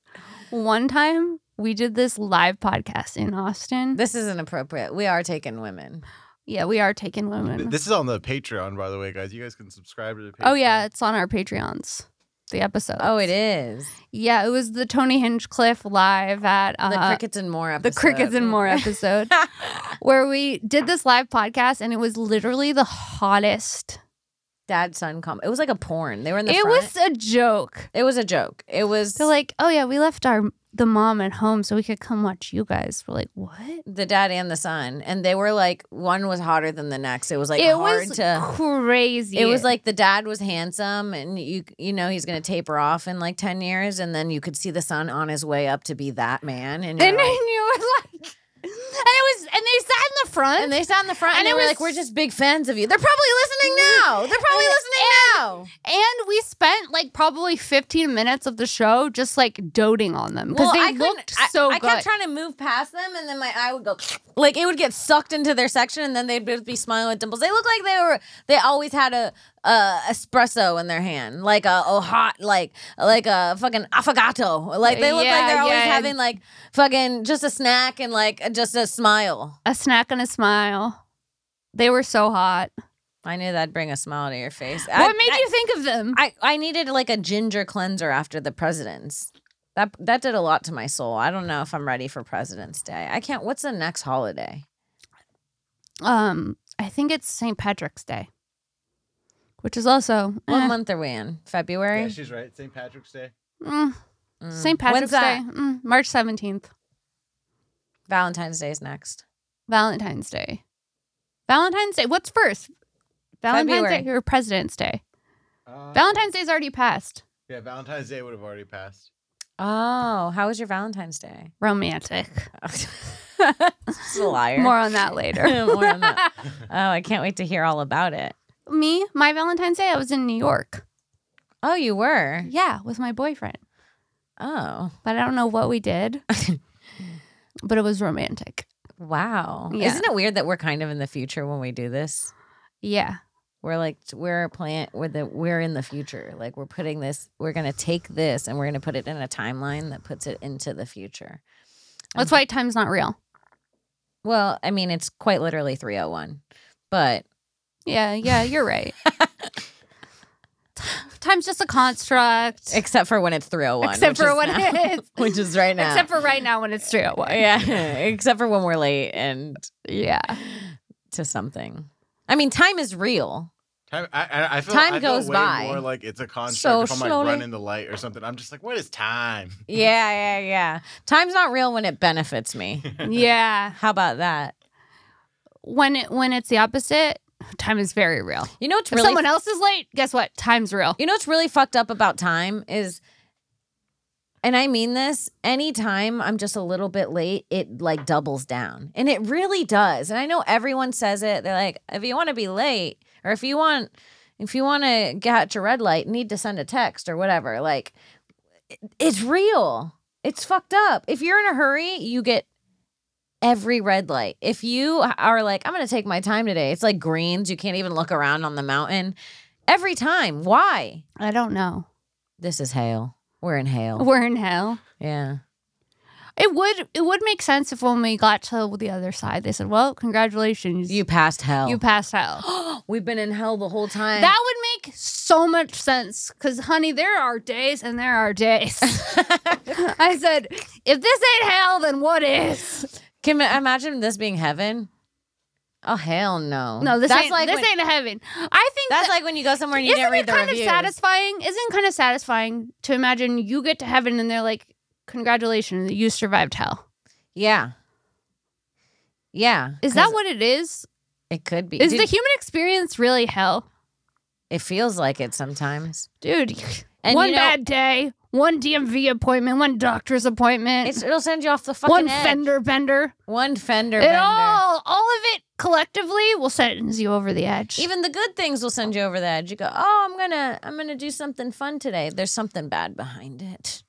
S3: one time we did this live podcast in Austin.
S2: this isn't appropriate. We are taking women.
S3: yeah, we are taking women.
S4: This is on the Patreon, by the way, guys. You guys can subscribe to the Patreon.
S3: oh yeah, it's on our Patreons. The episode.
S2: Oh, it is.
S3: Yeah, it was the Tony Hinchcliffe live at uh,
S2: Uh-huh. The crickets and more
S3: the
S2: episode.
S3: crickets and more episode where we did this live podcast and it was literally the hottest.
S2: dad son com. It was like a porn. They were in the
S3: it
S2: front.
S3: was a joke.
S2: It was a joke. It was
S3: They're like, oh yeah, we left our the mom at home so we could come watch you guys. We're like, what?
S2: the dad and the son, and they were like one was hotter than the next. It was like
S3: it
S2: hard
S3: was
S2: to.
S3: crazy.
S2: It was like the dad was handsome, and you you know he's gonna taper off in like ten years, and then you could see the son on his way up to be that man, and, you're
S3: and
S2: like-
S3: then you were like, and it was, and they sat in the front,
S2: and they sat in the front, and,
S3: And
S2: they
S3: it
S2: were
S3: was-
S2: like, "We're just big fans of you." They're probably listening now. They're probably
S3: And-
S2: listening now.
S3: and we spent like probably fifteen minutes of the show just like doting on them because they
S2: couldn't-
S3: looked so
S2: I,
S3: good.
S2: I kept trying to move past them, and then my eye would go like it would get sucked into their section, and then they'd just be smiling with dimples. They looked like they were they always had a, a espresso in their hand, like a, a hot like like a fucking affogato. Like they look like
S3: Yeah,
S2: they're always
S3: yeah.
S2: having like fucking just a snack and like just a smile.
S3: a snack and a smile. They were so hot.
S2: I knew that'd bring a smile to your face.
S3: what made you think of them?
S2: I, I needed like a ginger cleanser after the presidents. That that did a lot to my soul. I don't know if I'm ready for President's Day. I can't. What's the next holiday?
S3: um, I think it's St. Patrick's Day, which is also
S2: What
S3: eh,
S2: month are we in? February.
S4: Yeah, she's right. St. Patrick's Day.
S3: mm,
S2: Mm.
S3: St.
S2: When's
S3: Patrick's Day,
S2: that?
S3: mm, March seventeenth,
S2: Valentine's Day is next.
S3: Valentine's Day, Valentine's Day. What's first? Valentine's
S2: February.
S3: Day or President's Day?
S4: Uh,
S3: Valentine's Day's already passed.
S4: Yeah, Valentine's Day would have already passed.
S2: Oh, how was your Valentine's Day?
S3: Romantic.
S2: She's a liar.
S3: More on that later.
S2: More on that. Oh, I can't wait to hear all about it.
S3: Me, my Valentine's Day, I was in New York.
S2: Oh, you were.
S3: Yeah, with my boyfriend.
S2: Oh,
S3: But I don't know what we did. but it was romantic.
S2: wow.
S3: Yeah.
S2: Isn't it weird that we're kind of in the future when we do this?
S3: Yeah.
S2: We're like we're a plant. We're the we're in the future. Like we're putting this. We're gonna take this and we're gonna put it in a timeline that puts it into the future.
S3: That's why time's not real.
S2: Well, I mean, it's quite literally three hundred one, but
S3: Yeah, yeah, you're right. time's just a construct.
S2: Except for when it's 301.
S3: Except
S2: which
S3: for
S2: is
S3: when
S2: now-
S3: it is.
S2: Which is right now.
S3: Except for right now when it's true.
S2: yeah. Except for when we're late and
S3: Yeah.
S2: to something. I mean, time is real.
S4: Time, I, I, I feel,
S2: Time
S4: I feel
S2: goes
S4: way
S2: by.
S4: more like it's a construct
S2: So
S4: if I'm like
S2: slowly.
S4: running the light or something. I'm just like, what is time?
S2: Yeah, yeah, yeah. Time's not real when it benefits me.
S3: Yeah.
S2: How about that?
S3: When it when it's the opposite, time is very real.
S2: You know what's
S3: If
S2: really
S3: someone else is late, guess what? Time's real.
S2: You know what's really fucked up about time is and I mean this, anytime I'm just a little bit late, it like doubles down. And it really does. And I know everyone says it. They're like, if you want to be late, or if you want if you want to get your red light, need to send a text or whatever. Like it- it's real. It's fucked up. If you're in a hurry, you get every red light. If you are like, I'm going to take my time today, it's like greens. You can't even look around on the mountain. Every time. Why?
S3: I don't know.
S2: This is hail. We're in hail.
S3: We're in hell.
S2: Yeah.
S3: It would it would make sense if when we got to the other side, they said, "Well, congratulations,
S2: You passed hell.
S3: you passed hell."
S2: We've been in hell the whole time.
S3: that would make so much sense, because honey, there are days and there are days. I said, "If this ain't hell, then what is?"
S2: Can you imagine this being heaven? Oh hell no.
S3: No, this
S2: that's
S3: ain't
S2: like
S3: this
S2: when,
S3: ain't heaven. I think
S2: that's
S3: that-
S2: like when you go somewhere and you
S3: isn't
S2: didn't read
S3: it
S2: the
S3: kind
S2: reviews.
S3: of satisfying? Isn't kind of satisfying to imagine you get to heaven and they're like, "Congratulations, you survived hell."
S2: yeah. Yeah.
S3: Is that
S2: 'cause
S3: what it is?
S2: it could be?
S3: Is
S2: Dude,
S3: the human experience really hell,
S2: it feels like it sometimes.
S3: dude?
S2: And
S3: one
S2: you know,
S3: bad day, one DMV appointment, one doctor's appointment,
S2: it's, it'll send you off the fucking
S3: one
S2: edge.
S3: fender bender.
S2: One fender
S3: It
S2: bender.
S3: all, all of it collectively will sentence you over the edge.
S2: Even the good things will send you over the edge. You go, oh, I'm gonna, I'm gonna do something fun today. There's something bad behind it.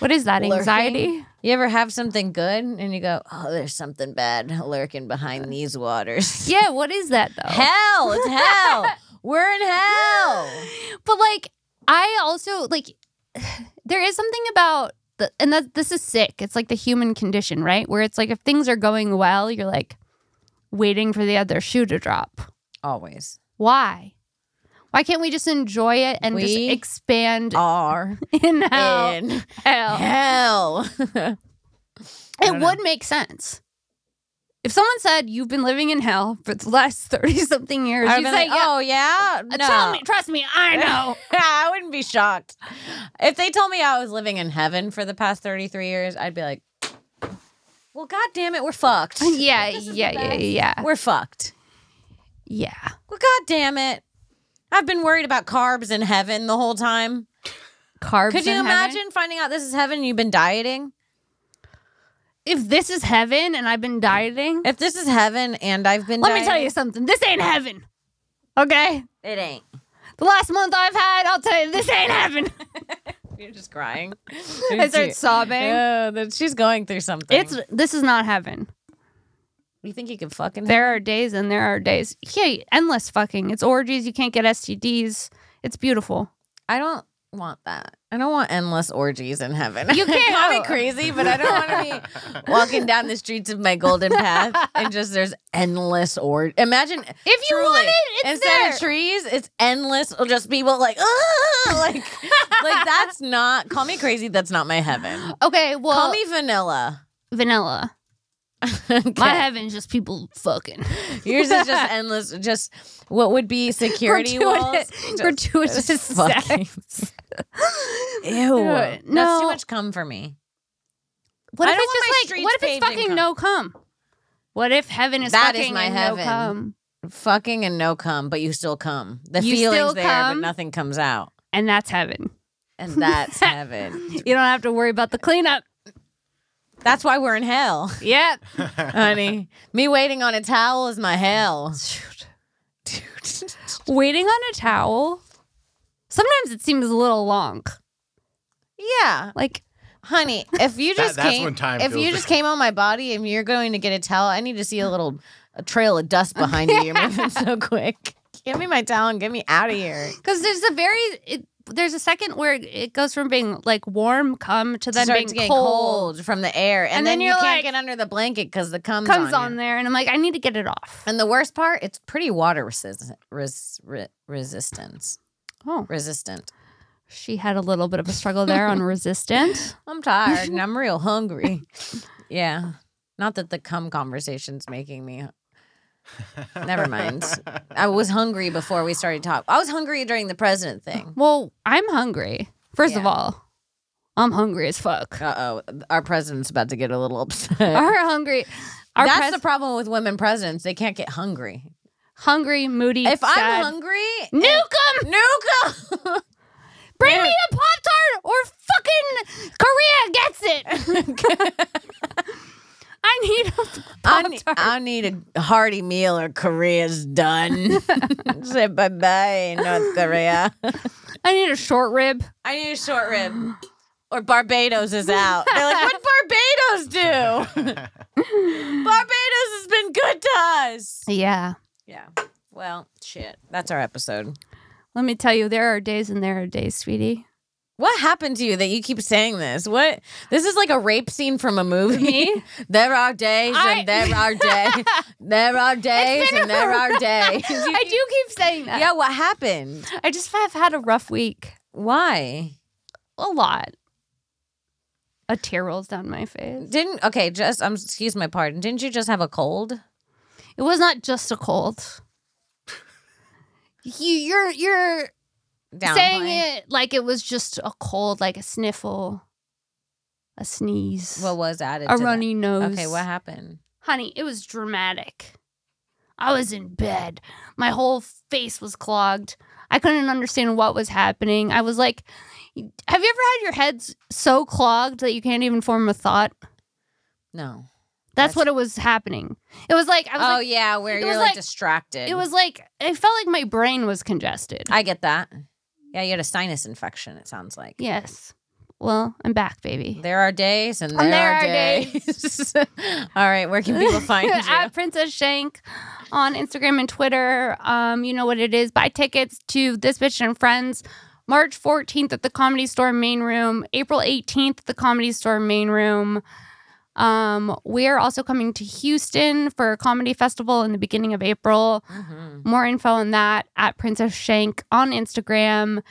S3: what is that
S2: Lurking.
S3: anxiety?
S2: You ever have something good and you go, oh, there's something bad lurking behind these waters.
S3: Yeah, what is that though?
S2: Hell, it's hell. We're in hell.
S3: but like i also like there is something about the, and that this is sick it's like the human condition right where it's like if things are going well you're like waiting for the other shoe to drop
S2: Always
S3: why why can't we just enjoy it and just
S2: We
S3: expand
S2: are
S3: in hell,
S2: in
S3: hell.
S2: hell.
S3: it would make sense if someone said you've been living in hell for the last 30 something years
S2: I've
S3: you'd
S2: been
S3: say
S2: like,
S3: yeah,
S2: oh yeah, no.
S3: tell me trust me i know
S2: I wouldn't be shocked if they told me I was living in heaven for the past 33 years. I'd be like, well, god damn it, we're fucked.
S3: yeah
S2: This is the
S3: yeah yeah
S2: best.
S3: yeah
S2: We're fucked.
S3: yeah
S2: Well, god damn it. I've been worried about carbs in heaven the whole time.
S3: carbs
S2: Could you
S3: in heaven?
S2: imagine finding out this is heaven and you've been dieting?
S3: if this is heaven and I've been dieting,
S2: If this is heaven and I've been
S3: let
S2: dieting,
S3: me tell you something. This ain't heaven. Okay?
S2: it ain't.
S3: The last month I've had, I'll tell you, this ain't heaven.
S2: You're just crying.
S3: I start sobbing.
S2: Yeah, that she's going through something.
S3: It's this is not heaven.
S2: you think you could fucking
S3: There are days and there are days. Yeah, endless fucking. It's orgies. You can't get STDs. It's beautiful.
S2: I don't want that. I don't want endless orgies in heaven.
S3: You can't
S2: call
S3: go.
S2: me crazy, but I don't want to be walking down the streets of my golden path and just there's endless or imagine
S3: If you want
S2: truly,
S3: it, it's
S2: instead
S3: there.
S2: of trees, it's endless. It'll just be well, like "Ugh," like like that's not call me crazy. That's not my heaven.
S3: okay, well,
S2: call me vanilla.
S3: vanilla.
S2: Okay.
S3: My heaven's just people fucking
S2: Yours is just endless. Just what would be security walls?
S3: gratuitous, gratuitous
S2: Just
S3: sex.
S2: fucking- Ew,
S3: Dude,
S2: that's
S3: no.
S2: too much cum for me.
S3: What
S2: I
S3: if
S2: don't want my
S3: it's just like
S2: streets
S3: what if it's
S2: paved in
S3: fucking
S2: cum.
S3: no cum? What if heaven is
S2: That is
S3: fucking
S2: my
S3: and
S2: heaven.
S3: no cum?
S2: Fucking and no cum, but you still come. The
S3: You still
S2: feeling's there,
S3: cum.
S2: but nothing comes out.
S3: And that's heaven.
S2: And that's heaven.
S3: You don't have to worry about the cleanup.
S2: That's why we're in hell,
S3: Yep.
S2: honey. Me waiting on a towel is my hell. Dude.
S3: Waiting on a towel. Sometimes it seems a little long.
S2: Yeah,
S3: Like
S2: honey. If you just
S4: that's
S2: came,
S4: when time
S2: if
S4: feels
S2: you just came on my body and you're going to get a towel, I need to see a little a trail of dust behind you. You're moving so quick. Give me my towel and get me out of here.
S3: because there's a very it, there's a second where it goes from being like warm cum to then
S2: Starts
S3: being
S2: getting
S3: cold,
S2: from the air, and,
S3: And
S2: then,
S3: then
S2: you
S3: you're
S2: can't
S3: like-
S2: get under the blanket because the cum's,
S3: comes
S2: on,
S3: on,
S2: you. Oh.
S3: there, and I'm like, I need to get it off.
S2: And the worst part, it's pretty water resist- res- re- resistance.
S3: Oh,
S2: Resistant.
S3: she had a little bit of a struggle there on resistant.
S2: I'm tired and I'm real hungry. yeah. Not that the cum conversation's making me. Never mind. I was hungry before we started talking. I was hungry during the president thing.
S3: Well, I'm hungry. First of
S2: Yeah.
S3: all, I'm hungry as fuck.
S2: Uh oh, our president's about to get a little upset.
S3: Our hungry, our
S2: That's
S3: pres-
S2: the problem with women presidents. They can't get hungry.
S3: hungry, moody.
S2: If I'm
S3: sad-
S2: hungry,
S3: nuke 'em!
S2: nuke 'em!
S3: Bring me a pop tart, or fucking Korea gets it. I need a
S2: I,
S3: pop
S2: ne-
S3: tart.
S2: I need a hearty meal or Korea's done. Say bye bye, North Korea.
S3: I need a short rib.
S2: I need a short rib. Or Barbados is out. They're like, what Barbados do? Barbados has been good to us.
S3: Yeah.
S2: Yeah. Well, shit. That's our episode.
S3: Let me tell you, there are days and there are days, sweetie.
S2: What happened to you that you keep saying this? What? This is like a rape scene from a movie.
S3: Me?
S2: there are days
S3: I-
S2: and there are days. there are days
S3: been
S2: and there
S3: a-
S2: are days. You
S3: I do
S2: keep-
S3: keep saying that.
S2: Yeah, what happened?
S3: I just have had a rough week.
S2: Why?
S3: A lot. A tear rolls down my face.
S2: Didn't okay, just um excuse my pardon. Didn't you just have a cold?
S3: It was not just a cold. You, you're you're
S2: Downplaying?
S3: saying it like it was just a cold, like a sniffle, a sneeze,
S2: What was added?
S3: a
S2: to that?
S3: runny nose.
S2: Okay, what happened?
S3: Honey, it was dramatic. I was in bed. My whole face was clogged. I couldn't understand what was happening. I was like, have you ever had your head s- so clogged that you can't even form a thought?
S2: No.
S3: That's,
S2: That's-
S3: what it was happening. It was like I
S2: Oh
S3: was like,
S2: yeah, where
S3: it
S2: you're
S3: was
S2: like,
S3: like-
S2: distracted.
S3: it was like it felt like my brain was congested.
S2: I get that. Yeah, you had a sinus infection. It sounds like.
S3: yes. Well, I'm back, baby.
S2: There are days and there,
S3: And there
S2: are,
S3: are
S2: days. All right, where can people find you?
S3: at Princess Shank on Instagram and Twitter. Um, you know what it is. Buy tickets to This Bitch and Friends. March 14th at the Comedy Store main room. April 18th at the Comedy Store main room. Um, we are also coming to Houston for a comedy festival in the beginning of April.
S2: Mhm.
S3: More info on that at Princess Shank on Instagram.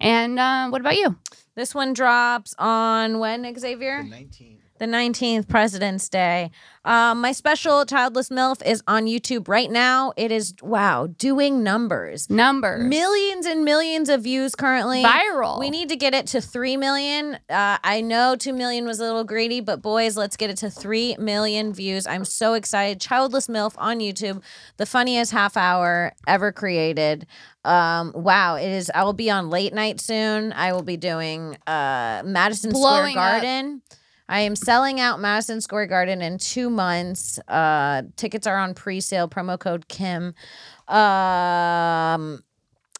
S3: And uh, what about you?
S2: This one drops on when, Xavier?
S5: The 19th.
S2: the 19th president's day um, my special childless milf is on youtube right now it is wow doing numbers
S3: Numbers.
S2: millions and millions of views currently
S3: Viral.
S2: we need to get it to 3 million uh, i know 2 million was a little greedy but boys let's get it to 3 million views i'm so excited childless milf on youtube the funniest half hour ever created um, wow it is i will be on late night soon i will be doing uh, madison
S3: Blowing up.
S2: square garden I am selling out Madison Square Garden in two months. Uh, tickets are on pre-sale. Promo code Kim. Um,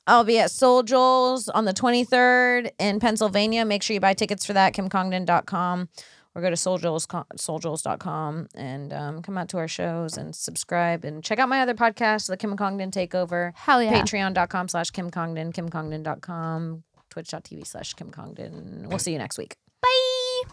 S2: I'll be at Soul Joel's on the 23rd in Pennsylvania. Make sure you buy tickets for that. KimCongdon.com or go to souljoel's, souljoel's.com and um, come out to our shows and subscribe and check out my other podcast, The Kim Congdon Takeover.
S3: Hell yeah.
S2: Patreon.com slash Kim Congdon, KimCongdon.com, twitch.tv slash Kim Congdon. We'll see you next week.
S3: Bye.